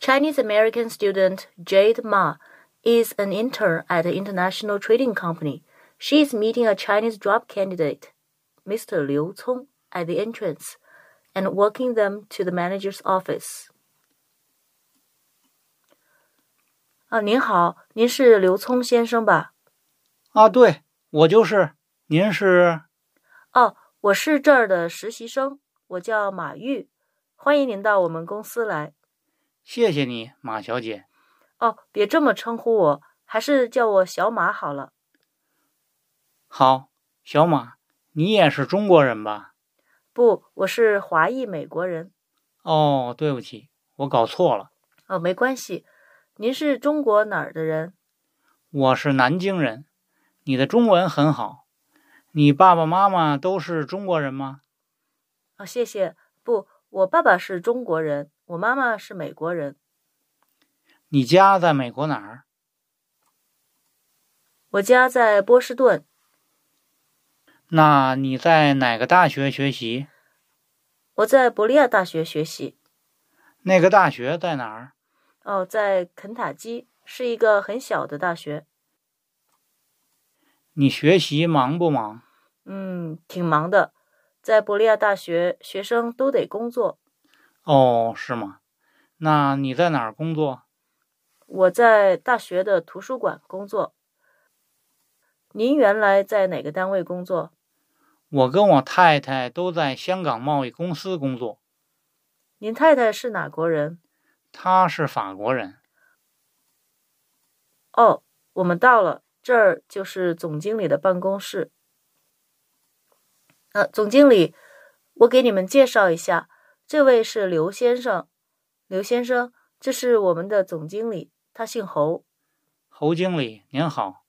Chinese American student Jade Ma is an intern at an international trading company. She is meeting a Chinese job candidate, Mr. Liu Cong, at the entrance and walking them to the manager's office. 啊，您好，您是刘聪先生吧？啊，对，我就是。您是？哦，我是这儿的实习生，我叫马玉，欢迎您到我们公司来。谢谢你，马小姐。哦，别这么称呼我，还是叫我小马好了。好，小马，你也是中国人吧？不，我是华裔美国人。哦，对不起，我搞错了，哦，没关系。您是中国哪儿的人？我是南京人。你的中文很好。你爸爸妈妈都是中国人吗？哦，谢谢。不，我爸爸是中国人，我妈妈是美国人。你家在美国哪儿？我家在波士顿，那你在哪个大学学习？我在伯利亚大学学习。那个大学在哪儿？哦，在肯塔基是一个很小的大学。你学习忙不忙？嗯，挺忙的。在伯利亚大学，学生都得工作。哦，是吗？那你在哪儿工作？我在大学的图书馆工作。您原来在哪个单位工作？我跟我太太都在香港贸易公司工作，您太太是哪国人？她是法国人。哦，我们到了，这儿就是总经理的办公室。呃，总经理，我给你们介绍一下，这位是刘先生。刘先生，这是我们的总经理，他姓侯。侯经理您好，